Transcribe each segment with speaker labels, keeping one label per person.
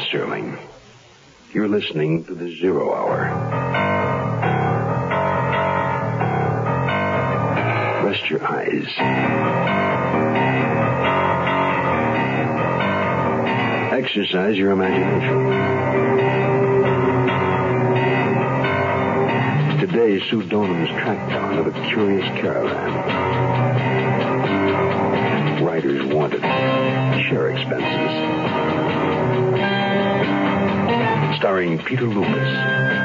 Speaker 1: Sterling. You're listening to the Zero Hour. Rest your eyes. Exercise your imagination. Today, Sue Donham's tracked down of a curious caravan. Riders wanted. Share expenses. Starring Peter Lucas.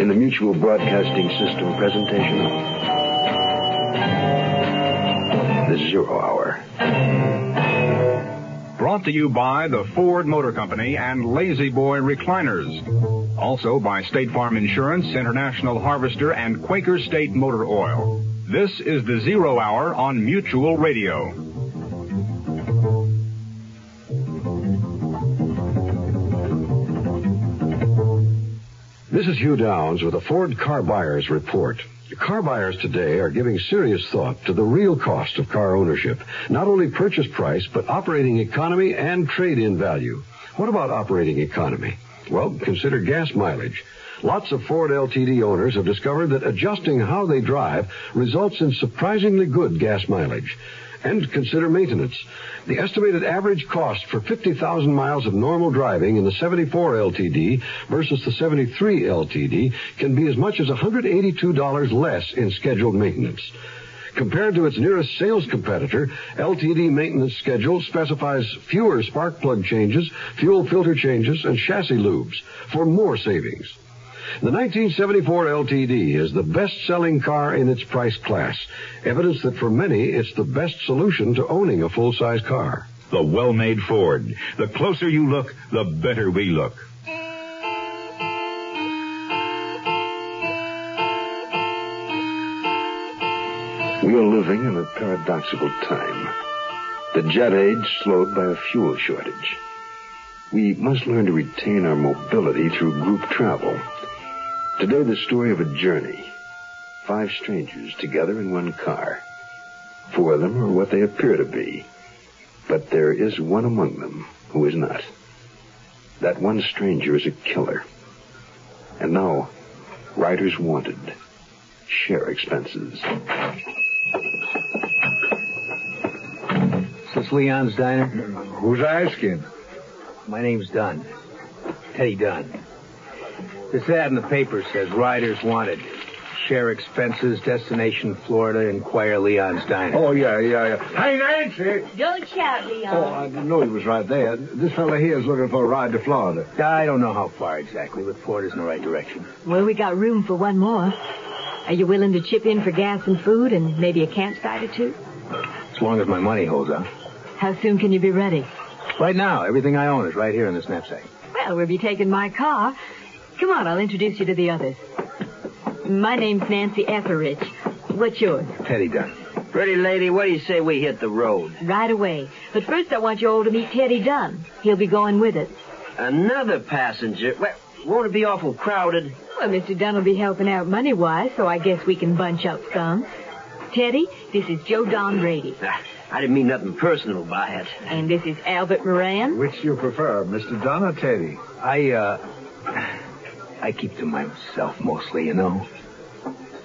Speaker 1: In the Mutual Broadcasting System presentation of The Zero Hour.
Speaker 2: Brought to you by the Ford Motor Company and Lazy Boy Recliners. Also by State Farm Insurance, International Harvester, and Quaker State Motor Oil. This is the Zero Hour on Mutual Radio.
Speaker 3: This is Hugh Downs with a Ford Car Buyers Report. Car buyers today are giving serious thought to the real cost of car ownership. Not only purchase price, but operating economy and trade-in value. What about operating economy? Well, consider gas mileage. Lots of Ford LTD owners have discovered that adjusting how they drive results in surprisingly good gas mileage. And consider maintenance. The estimated average cost for 50,000 miles of normal driving in the 74 LTD versus the 73 LTD can be as much as $182 less in scheduled maintenance. Compared to its nearest sales competitor, LTD maintenance schedule specifies fewer spark plug changes, fuel filter changes, and chassis lubes for more savings. The 1974 LTD is the best-selling car in its price class, evidence that for many it's the best solution to owning a full-size car.
Speaker 4: The well made Ford. The closer you look, the better we look.
Speaker 1: We are living in a paradoxical time. The jet age slowed by a fuel shortage. We must learn to retain our mobility through group travel. Today, the story of a journey. Five strangers together in one car. Four of them are what they appear to be. But there is one among them who is not. That one stranger is a killer. And now, riders wanted. Share expenses.
Speaker 5: Since Leon's diner,
Speaker 6: Who's asking?
Speaker 5: my name's Dunn. Teddy Dunn. This ad in the paper says riders wanted. Share expenses, destination Florida, inquire Leon's diner.
Speaker 6: Oh, yeah, yeah, yeah. Hey, Nancy!
Speaker 7: Don't shout, Leon.
Speaker 6: Oh, I didn't know he was right there. This fella here is looking for a ride to Florida.
Speaker 5: I don't know how far exactly, but Florida's in the right direction.
Speaker 7: Well, we got room for one more. Are you willing to chip in for gas and food and maybe a campsite or two?
Speaker 5: As long as my money holds out.
Speaker 7: How soon can you be ready?
Speaker 5: Right now, everything I own is right here in this knapsack.
Speaker 7: Well, we'll be taking my car. Come on, I'll introduce you to the others. My name's Nancy Etheridge. What's yours?
Speaker 5: Teddy Dunn.
Speaker 8: Pretty lady, what do you say we hit the road?
Speaker 7: Right away. But first, I want you all to meet Teddy Dunn. He'll be going with us.
Speaker 8: Another passenger? Well, won't it be awful crowded?
Speaker 7: Well, Mr. Dunn will be helping out money wise, so I guess we can bunch up some. Teddy, this is Joe Don Brady.
Speaker 8: Ah, I didn't mean nothing personal by it.
Speaker 7: And this is Albert Moran.
Speaker 6: Which do you prefer, Mr. Dunn or Teddy?
Speaker 5: I, uh. I keep to myself mostly, you know.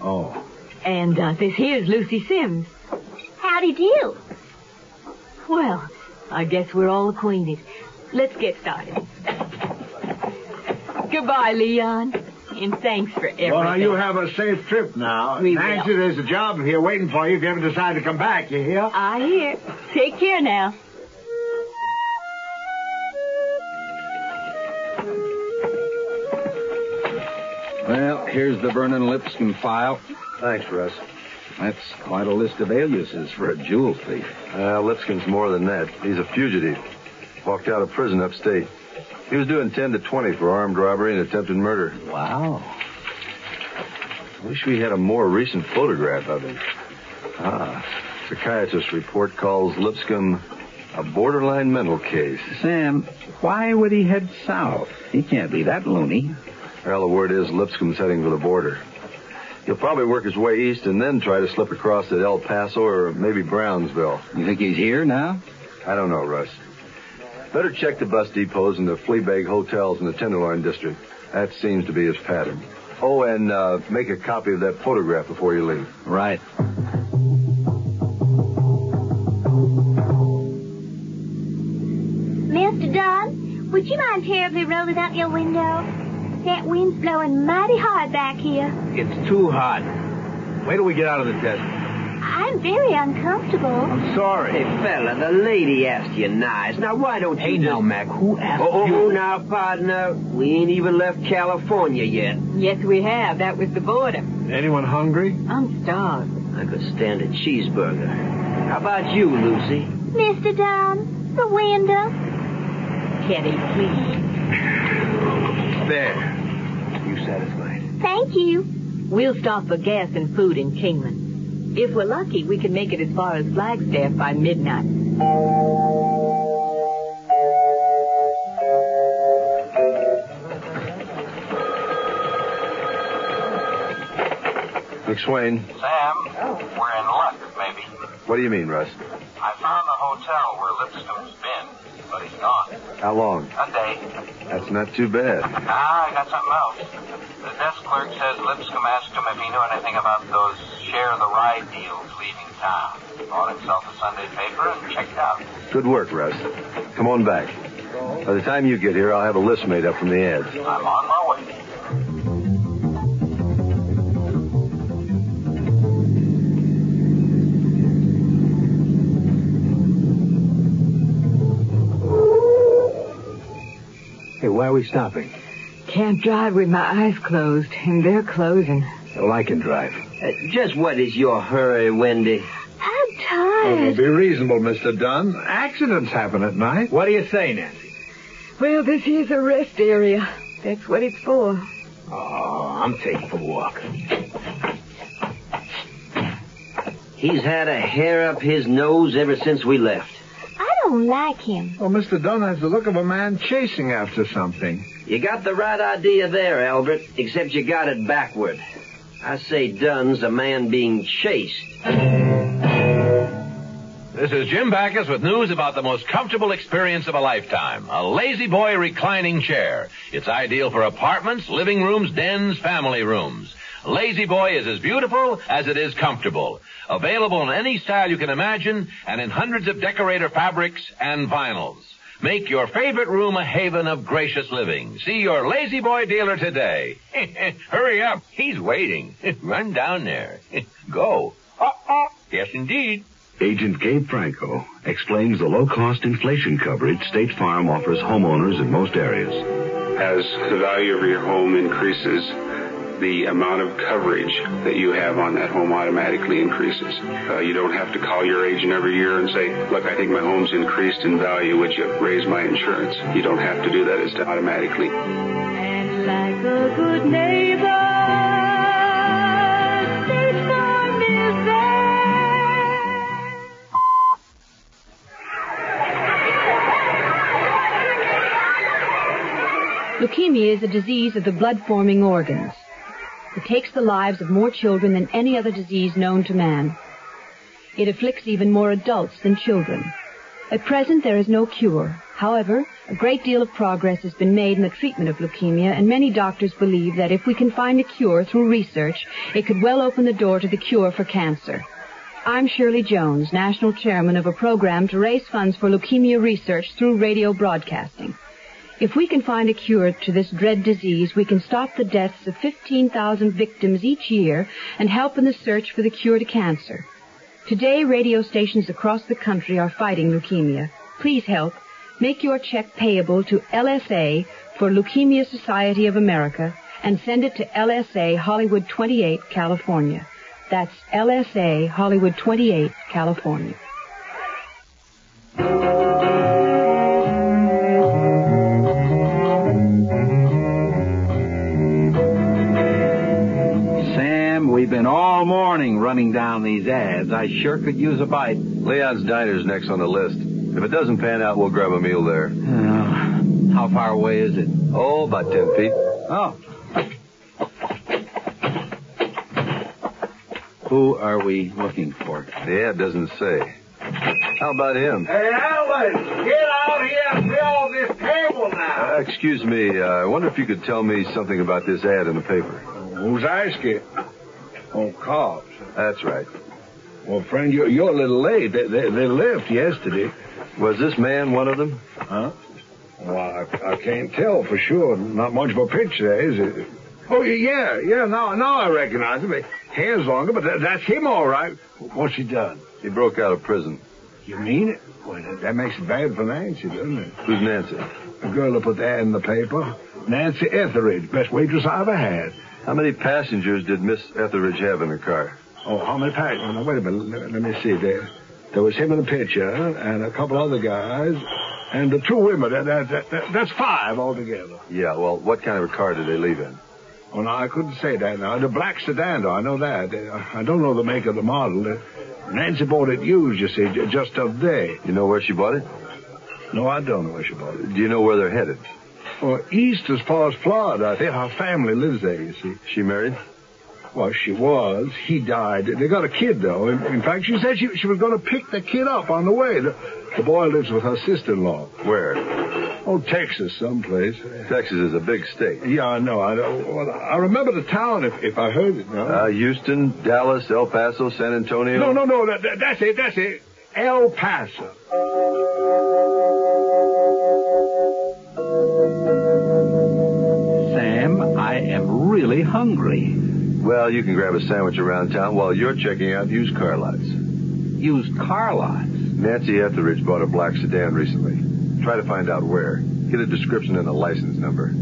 Speaker 6: Oh.
Speaker 7: And uh, this here's Lucy Sims.
Speaker 9: Howdy do.
Speaker 7: Well, I guess we're all acquainted. Let's get started. Goodbye, Leon. And thanks for everything.
Speaker 6: Well, now you have a safe trip now.
Speaker 7: We will.
Speaker 6: Nancy, there's a job here waiting for you if you ever decide to come back, you hear?
Speaker 7: I hear. Take care now.
Speaker 10: Well, here's the Vernon Lipscomb file.
Speaker 5: Thanks, Russ.
Speaker 10: That's quite a list of aliases for a jewel thief.
Speaker 11: Uh, Lipscomb's more than that. He's a fugitive. Walked out of prison upstate. He was doing 10 to 20 for armed robbery and attempted murder.
Speaker 10: Wow.
Speaker 11: Wish we had a more recent photograph of him. Ah, psychiatrist report calls Lipscomb a borderline mental case.
Speaker 10: Sam, why would he head south? He can't be that loony.
Speaker 11: Well, the word is Lipscomb's heading for the border. He'll probably work his way east and then try to slip across at El Paso or maybe Brownsville.
Speaker 10: You think he's here now?
Speaker 11: I don't know, Russ. Better check the bus depots and the flea bag hotels in the Tenderloin district. That seems to be his pattern. Oh, and uh, make a copy of that photograph before you leave.
Speaker 5: Right.
Speaker 9: Mr. Dunn, would you mind terribly rolling up your window? That wind's blowing mighty hard back here.
Speaker 5: It's too hot. Wait till we get out of the desert.
Speaker 9: I'm very uncomfortable.
Speaker 5: I'm sorry.
Speaker 8: Hey, fella, the lady asked you nice. Now, why don't
Speaker 5: Hey,
Speaker 8: you
Speaker 5: now,
Speaker 8: just...
Speaker 5: Mac, who asked
Speaker 8: oh, oh,
Speaker 5: you?
Speaker 8: oh, now, partner, we ain't even left California yet.
Speaker 12: Yes, we have. That was the boredom.
Speaker 11: Anyone hungry?
Speaker 12: I'm starved.
Speaker 8: I could stand a cheeseburger. How about you, Lucy?
Speaker 9: Mr. Dunn, the window.
Speaker 12: Kitty, please.
Speaker 5: There. You satisfied?
Speaker 9: Thank you.
Speaker 12: We'll stop for gas and food in Kingman. If we're lucky, we can make it as far as Flagstaff by midnight.
Speaker 11: McSwain,
Speaker 13: Sam, we're in luck, maybe.
Speaker 11: what do you mean, Russ?
Speaker 13: I found the hotel where Lipscomb's been, but he's gone.
Speaker 11: How long?
Speaker 13: A day.
Speaker 11: That's not too bad.
Speaker 13: Ah, I got something else. The desk clerk says Lipscomb asked him if he knew anything about those share the ride deals leaving town. Bought himself a Sunday paper and checked out.
Speaker 11: Good work, Russ. Come on back. By the time you get here, I'll have a list made up from the ads.
Speaker 13: I'm on my way.
Speaker 5: Hey, why are we stopping?
Speaker 12: Can't drive with my eyes closed, and they're closing.
Speaker 5: Well, I can drive.
Speaker 8: Uh, just what is your hurry, Wendy?
Speaker 9: I'm tired.
Speaker 14: Oh,
Speaker 6: Oh,
Speaker 14: be reasonable, Mr. Dunn. Accidents happen at night.
Speaker 5: What do you say, Nancy?
Speaker 12: Well, this is a rest area. That's what it's for.
Speaker 5: Oh, I'm taking a walk.
Speaker 8: He's had a hair up his nose ever since we left.
Speaker 9: I don't like him.
Speaker 14: Well, Mr. Dunn has the look of a man chasing after something.
Speaker 8: You got the right idea there, Albert, except you got it backward. I say Dunn's a man being chased.
Speaker 15: This is Jim Backus with news about the most comfortable experience of a lifetime a lazy boy reclining chair. It's ideal for apartments, living rooms, dens, family rooms. Lazy Boy is as beautiful as it is comfortable. Available in any style you can imagine and in hundreds of decorator fabrics and vinyls. Make your favorite room a haven of gracious living. See your Lazy Boy dealer today. Hurry up. He's waiting. Run down there. Go. Uh-uh. Yes, indeed.
Speaker 16: Agent Gabe Franco explains the low cost inflation coverage State Farm offers homeowners in most areas.
Speaker 17: As the value of your home increases, the amount of coverage that you have on that home automatically increases. Uh, you don't have to call your agent every year and say, look, I think my home's increased in value. Would you raise my insurance? You don't have to do that. It's done automatically.
Speaker 12: And like a good neighbor, State Farm is there. Leukemia is a disease of the blood-forming organs. It takes the lives of more children than any other disease known to man. It afflicts even more adults than children. At present, there is no cure. However, a great deal of progress has been made in the treatment of leukemia, and many doctors believe that if we can find a cure through research, it could well open the door to the cure for cancer. I'm Shirley Jones, national chairman of a program to raise funds for leukemia research through radio broadcasting. If we can find a cure to this dread disease, we can stop the deaths of 15,000 victims each year and help in the search for the cure to cancer. Today, radio stations across the country are fighting leukemia. Please help. Make your check payable to LSA for Leukemia Society of America and send it to LSA Hollywood 28, California. That's LSA Hollywood 28, California.
Speaker 5: Sam, we've been all morning running down these ads. I sure could use a bite.
Speaker 11: Leon's Diner's next on the list. If it doesn't pan out, we'll grab a meal there.
Speaker 5: Uh, how far away is it?
Speaker 11: Oh, about ten feet.
Speaker 5: Oh. Who are we looking for?
Speaker 11: The ad doesn't say. How about him?
Speaker 6: Hey, Alvin, get out here and clear off this table now.
Speaker 11: Uh, excuse me. Uh, I wonder if you could tell me something about this ad in the paper.
Speaker 6: Who's asking? Oh, cops.
Speaker 11: That's right.
Speaker 6: Well, friend, you're, you're a little late. They, they, they left yesterday.
Speaker 11: Was this man one of them?
Speaker 6: Huh? Well, I, I can't tell for sure. Not much of a picture there, is it? Oh, yeah, yeah. Now, now I recognize him. Hair's longer, but that, that's him all right. What's he done?
Speaker 11: He broke out of prison.
Speaker 6: You mean it? Well, that, that makes it bad for Nancy, doesn't it?
Speaker 11: Who's Nancy?
Speaker 6: The girl who put the ad in the paper. Nancy Etheridge, best waitress I ever had.
Speaker 11: How many passengers did Miss Etheridge have in her car?
Speaker 6: Oh, how many packs? Now, wait a minute. Let, let me see. There, there was him in the picture, and a couple other guys, and the two women. That, that, that, that's five altogether.
Speaker 11: Yeah, well, what kind of a car did they leave in?
Speaker 6: Oh, no, I couldn't say that now. The black sedan, though, I know that. I don't know the make of the model. Uh, Nancy bought it used, you see, just of day.
Speaker 11: You know where she bought it?
Speaker 6: No, I don't know where she bought it.
Speaker 11: Do you know where they're headed?
Speaker 6: Well, east as far as Florida. I think her family lives there, you see.
Speaker 11: She married?
Speaker 6: Well, she was. He died. They got a kid, though. In, in fact, she said she, she was going to pick the kid up on the way. The, the boy lives with her sister-in-law.
Speaker 11: Where?
Speaker 6: Oh, Texas, someplace.
Speaker 11: Texas is a big state.
Speaker 6: Yeah, I know. I, well, I remember the town if, if I heard it. No?
Speaker 11: Uh, Houston, Dallas, El Paso, San Antonio.
Speaker 6: No, no, no. That, that, that's it. That's it. El Paso.
Speaker 10: Sam, I am really hungry.
Speaker 11: Well, you can grab a sandwich around town while you're checking out used car lots.
Speaker 10: Used car lots?
Speaker 11: Nancy Etheridge bought a black sedan recently. Try to find out where. Get a description and a license number.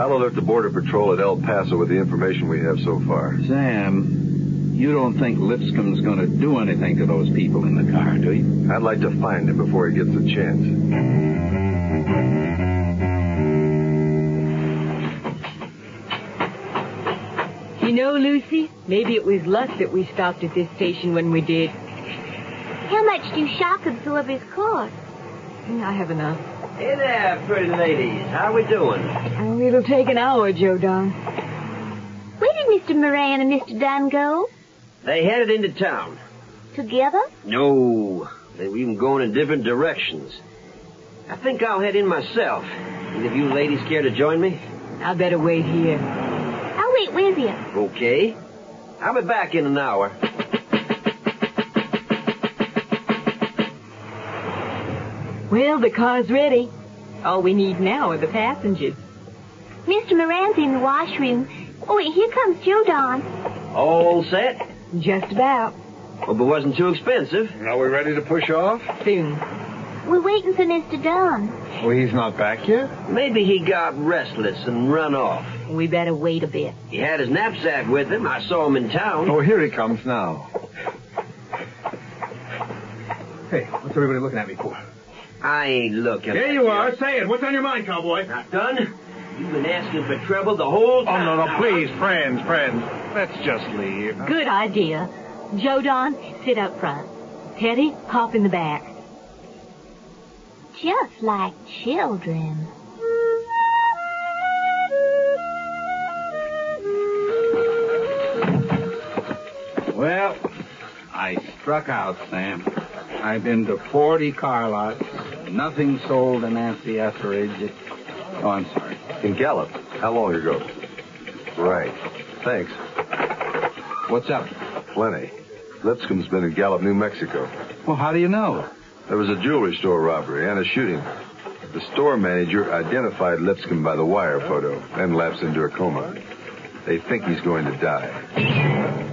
Speaker 11: I'll alert the Border Patrol at El Paso with the information we have so far.
Speaker 10: Sam, you don't think Lipscomb's going to do anything to those people in the car, do you?
Speaker 11: I'd like to find him before he gets a chance.
Speaker 7: You know, Lucy, maybe it was luck that we stopped at this station when we did.
Speaker 9: How much do shock absorbers cost?
Speaker 7: I have enough.
Speaker 8: Hey there, pretty ladies. How we doing?
Speaker 7: Oh, it'll take an hour, Joe Don.
Speaker 9: Where did Mr. Moran and Mr. Dunn go?
Speaker 8: They headed into town.
Speaker 9: Together?
Speaker 8: No. They were even going in different directions. I think I'll head in myself. Either of you ladies care to join me?
Speaker 7: I better wait here.
Speaker 9: I'll wait with you.
Speaker 8: Okay. I'll be back in an hour.
Speaker 7: Well, the car's ready. All we need now are the passengers.
Speaker 9: Mr. Moran's in the washroom. Oh, wait, here comes Joe Don.
Speaker 8: All set?
Speaker 7: Just about.
Speaker 8: Hope it wasn't too expensive.
Speaker 11: Are we ready to push off?
Speaker 7: Soon.
Speaker 9: We're waiting for Mr. Don.
Speaker 11: Well, he's not back yet?
Speaker 8: Maybe he got restless and run off.
Speaker 7: We better wait a bit.
Speaker 8: He had his knapsack with him. I saw him in town.
Speaker 11: Oh, here he comes now.
Speaker 5: Hey, what's everybody looking at me for?
Speaker 8: I ain't looking.
Speaker 6: There you are. Say it. What's on your mind, cowboy?
Speaker 8: Not done. You've been asking for trouble the whole
Speaker 5: Oh,
Speaker 8: time.
Speaker 5: no, no,
Speaker 8: now.
Speaker 5: please, friends, friends. Let's just leave.
Speaker 7: Good idea. Joe Don, sit up front. Teddy, hop in the back.
Speaker 9: Just like children.
Speaker 10: Well, I struck out, Sam. I've been to 40 car lots. Nothing sold to Nancy Etheridge. Oh, I'm sorry.
Speaker 11: In Gallup. How long ago? Right. Thanks.
Speaker 10: What's up?
Speaker 11: Plenty. Lipscomb's been in Gallup, New Mexico.
Speaker 10: Well, how do you know?
Speaker 11: There was a jewelry store robbery and a shooting. The store manager identified Lipscomb by the wire photo, then lapsed into a coma. They think he's going to die.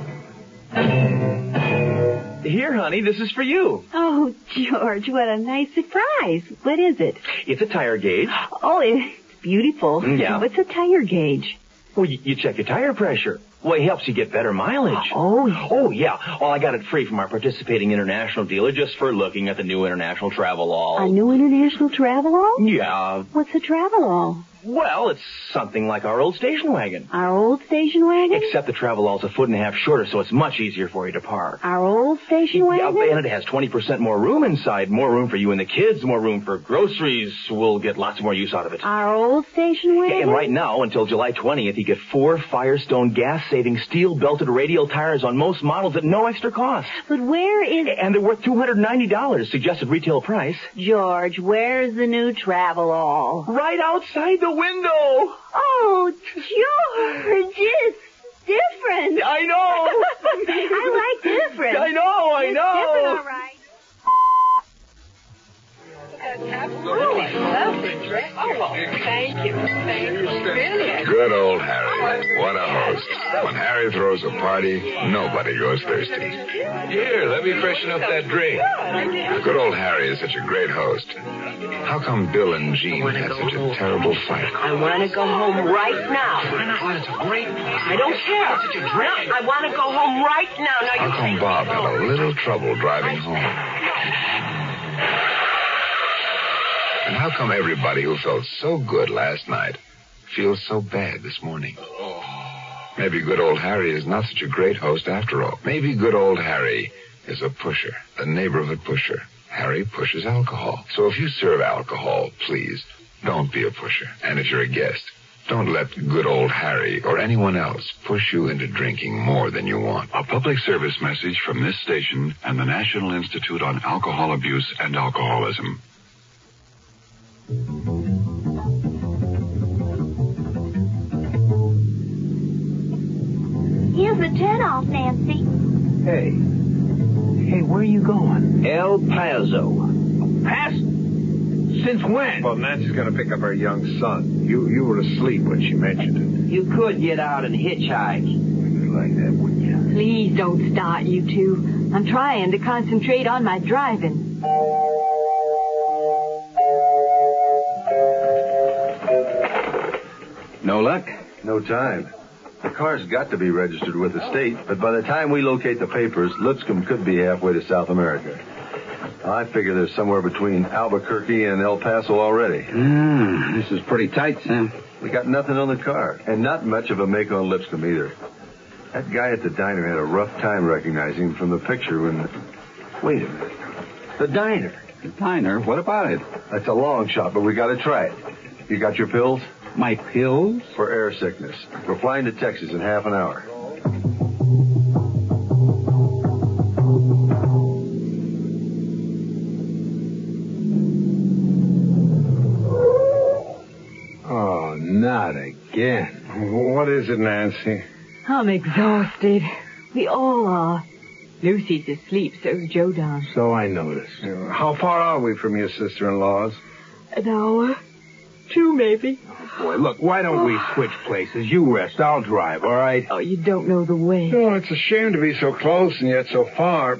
Speaker 18: Here, honey, this is for you.
Speaker 19: Oh, George, what a nice surprise. What is it?
Speaker 18: It's a tire gauge. Mm,
Speaker 19: Oh, it's beautiful.
Speaker 18: Yeah.
Speaker 19: What's a tire gauge?
Speaker 18: Well, you, you check your tire pressure. Well, it helps you get better mileage.
Speaker 19: Oh.
Speaker 18: Oh, yeah. Well, I got it free from our participating international dealer just for looking at the new international travel all.
Speaker 19: A new international travel all?
Speaker 18: Yeah.
Speaker 19: What's a travel all?
Speaker 18: Well, it's something like our old station wagon.
Speaker 19: Our old station wagon?
Speaker 18: Except the travelall's a foot and a half shorter, so it's much easier for you to park.
Speaker 19: Our old station
Speaker 18: Yeah,
Speaker 19: wagon?
Speaker 18: and it has 20% more room inside. More room for you and the kids, more room for groceries. We'll get lots more use out of it.
Speaker 19: Our old station wagon?
Speaker 18: And right now, until July 20th, you get four Firestone gas-saving steel-belted radial tires on most models at no extra cost.
Speaker 19: But where is...
Speaker 18: And they're worth $290, suggested retail price.
Speaker 19: George, where's the new travel all?
Speaker 18: Right outside the window.
Speaker 19: Oh, George, it's different.
Speaker 18: I know.
Speaker 19: I like different.
Speaker 18: I know, I
Speaker 19: It's
Speaker 18: know.
Speaker 19: different, all right. Oh,
Speaker 20: Thank you. Thank you.
Speaker 21: Good old Harry. What a host. When Harry throws a party, nobody goes thirsty. Here, let me freshen up that drink. Good old Harry is such a great host. How come Bill and Jean had such a terrible fight?
Speaker 20: I want to go home right now. Why not? Well, it's a great. I don't care. Such a drag. I want to go home right now. Now
Speaker 21: How come Bob had a little trouble driving home? And how come everybody who felt so good last night feels so bad this morning? Maybe good old Harry is not such a great host after all. Maybe good old Harry is a pusher, a neighborhood pusher. Harry pushes alcohol. So if you serve alcohol, please don't be a pusher. And if you're a guest, don't let good old Harry or anyone else push you into drinking more than you want.
Speaker 22: A public service message from this station and the National Institute on Alcohol Abuse and Alcoholism.
Speaker 9: Here's the turnoff, Nancy.
Speaker 5: Hey. Hey, where are you going? El Paso.
Speaker 6: Past?
Speaker 5: Since when?
Speaker 6: Well, Nancy's going to pick up her young son. You you were asleep when she mentioned
Speaker 8: You could get out and hitchhike.
Speaker 6: it. Like that, wouldn't you?
Speaker 7: Please don't start, you two. I'm trying to concentrate on my driving.
Speaker 11: No luck? No time. The car's got to be registered with the state, but by the time we locate the papers, Lipscomb could be halfway to South America. I figure they're somewhere between Albuquerque and El Paso already. Hmm, this is pretty tight, Sam. We got nothing on the car, and not much of a make on Lipscomb either. That guy at the diner had a rough time recognizing him from the picture when. Wait a minute. The diner. The diner? What about it? That's a long shot, but we gotta try it. You got your pills? My pills? For air sickness. We're flying to Texas in half an hour.
Speaker 6: Oh, not again. What is it, Nancy?
Speaker 7: I'm exhausted. We all are. Lucy's asleep, so's Joe down.
Speaker 6: So I noticed. Uh, How far are we from your sister-in-law's?
Speaker 7: An hour. Two, maybe.
Speaker 5: Oh,
Speaker 6: Boy, look, why don't we switch places? You rest, I'll drive, all right?
Speaker 7: Oh, you don't know the way.
Speaker 6: No, Oh, it's a shame to be so close and yet so far.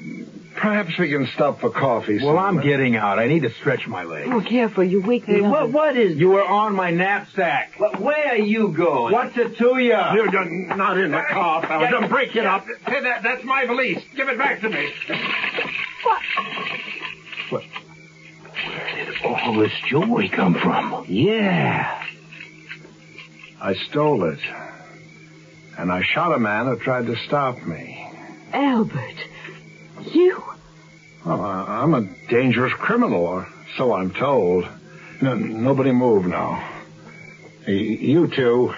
Speaker 6: Perhaps we can stop for coffee.
Speaker 5: Well, I'm
Speaker 6: somewhere.
Speaker 5: getting out. I need to stretch my legs.
Speaker 7: Oh, careful, you wake me up.
Speaker 5: what is... You were on my knapsack. where are you going? What's it to you?
Speaker 6: You're done- not in the car, pal.
Speaker 5: Yeah,
Speaker 6: Don't break it
Speaker 5: yeah.
Speaker 6: up. Hey, that, that's my valise. Give it back to me.
Speaker 18: All this jewelry come from?
Speaker 6: Yeah. I stole it. And I shot a man who tried to stop me.
Speaker 7: Albert, you...
Speaker 6: Well, I, I'm a dangerous criminal, or so I'm told. No, nobody move now. Y- you two,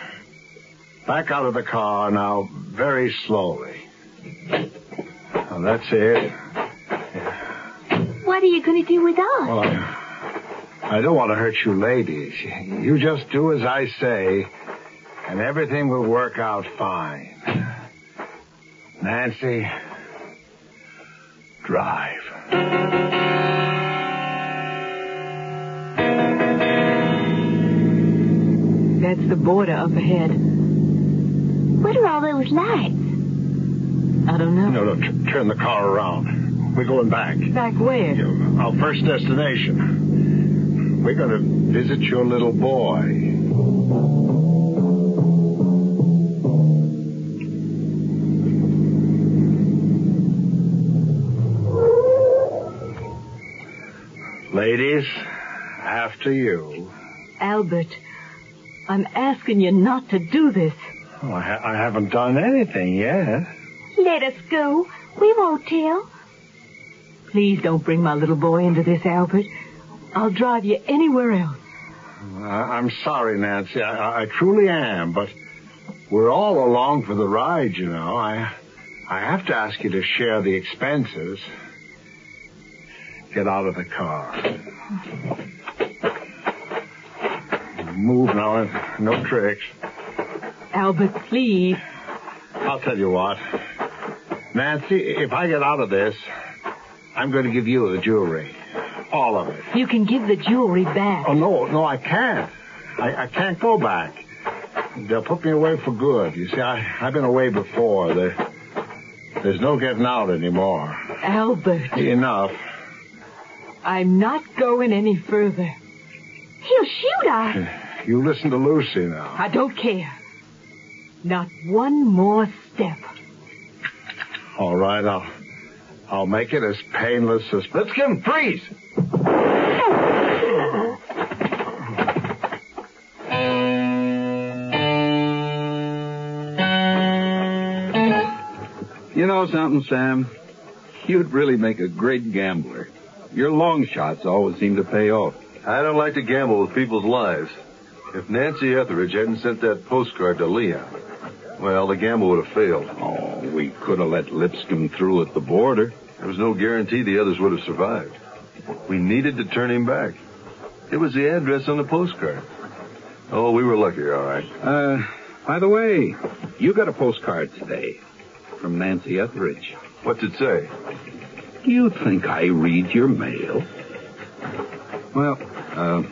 Speaker 6: back out of the car now, very slowly. Now, that's it.
Speaker 9: What are you going to do with us?
Speaker 6: Well, I, I don't want to hurt you ladies. You just do as I say, and everything will work out fine. Nancy, drive.
Speaker 7: That's the border up ahead.
Speaker 9: What are all those lights?
Speaker 7: I don't know.
Speaker 6: No, no, t- turn the car around. We're going back.
Speaker 7: Back where?
Speaker 6: Our first destination. We're going to visit your little boy. Ladies, after you.
Speaker 7: Albert,
Speaker 23: I'm asking you not to do this.
Speaker 6: Well, I, ha- I haven't done anything yet.
Speaker 9: Let us go. We won't tell.
Speaker 23: Please don't bring my little boy into this, Albert. I'll drive you anywhere else.
Speaker 6: I, I'm sorry, Nancy. I, I truly am, but we're all along for the ride, you know. I, I have to ask you to share the expenses. Get out of the car. Move now, and no tricks.
Speaker 23: Albert, please.
Speaker 6: I'll tell you what. Nancy, if I get out of this, I'm going to give you the jewelry. All of it.
Speaker 23: You can give the jewelry back.
Speaker 6: Oh, no, no, I can't. I, I can't go back. They'll put me away for good. You see, I, I've been away before. There, there's no getting out anymore.
Speaker 23: Albert,
Speaker 6: Enough.
Speaker 23: I'm not going any further.
Speaker 9: He'll shoot us.
Speaker 6: You listen to Lucy now.
Speaker 23: I don't care. Not one more step.
Speaker 6: All right, I'll, I'll make it as painless as. Let's get him, freeze!
Speaker 10: You know something, Sam? You'd really make a great gambler. Your long shots always seem to pay off.
Speaker 11: I don't like to gamble with people's lives. If Nancy Etheridge hadn't sent that postcard to Leon, well, the gamble would have failed.
Speaker 10: Oh, we could have let Lipscomb through at the border.
Speaker 11: There was no guarantee the others would have survived. We needed to turn him back. It was the address on the postcard. Oh, we were lucky, all right.
Speaker 10: Uh, by the way, you got a postcard today from Nancy Etheridge.
Speaker 11: What's it say?
Speaker 10: Do you think I read your mail? Well, uh,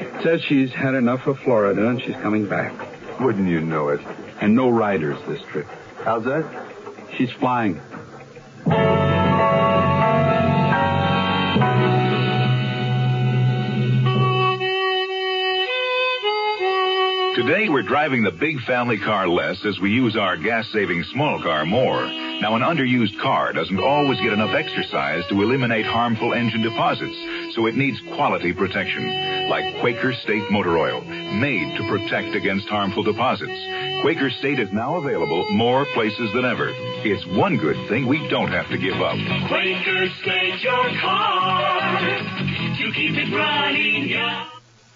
Speaker 10: it says she's had enough of Florida and she's coming back.
Speaker 11: Wouldn't you know it?
Speaker 10: And no riders this trip.
Speaker 11: How's that?
Speaker 10: She's flying.
Speaker 4: Today, we're driving the big family car less as we use our gas saving small car more. Now, an underused car doesn't always get enough exercise to eliminate harmful engine deposits, so it needs quality protection, like Quaker State Motor Oil, made to protect against harmful deposits. Quaker State is now available more places than ever. It's one good thing we don't have to give up.
Speaker 20: Quaker State your car to keep it running, yeah.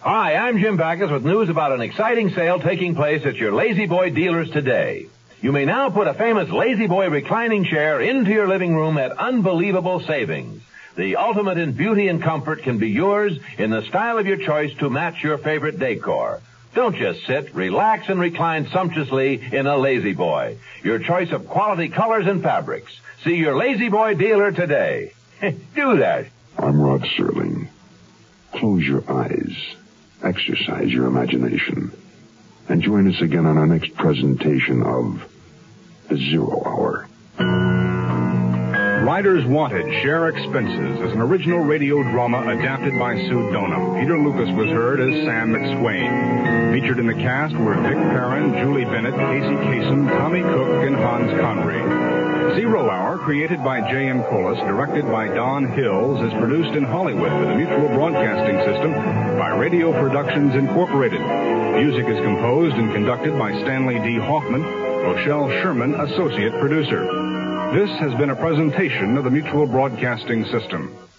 Speaker 15: Hi, I'm Jim Backus with news about an exciting sale taking place at your Lazy Boy dealers today. You may now put a famous Lazy Boy reclining chair into your living room at unbelievable savings. The ultimate in beauty and comfort can be yours in the style of your choice to match your favorite decor. Don't just sit, relax, and recline sumptuously in a Lazy Boy. Your choice of quality colors and fabrics. See your Lazy Boy dealer today. Do that.
Speaker 1: I'm Rod Serling. Close your eyes, exercise your imagination, and join us again on our next presentation of The Zero Hour.
Speaker 2: Riders Wanted Share Expenses is an original radio drama adapted by Sue Donham. Peter Lucas was heard as Sam McSwain. Featured in the cast were Dick Perrin, Julie Bennett, Casey Kasem, Tommy Cook, and Hans Conry. Zero Hour, created by J.M. Collis, directed by Don Hills, is produced in Hollywood with a mutual broadcasting system by Radio Productions Incorporated. Music is composed and conducted by Stanley D. Hoffman, Rochelle Sherman, associate producer. This has been a presentation of the Mutual Broadcasting System.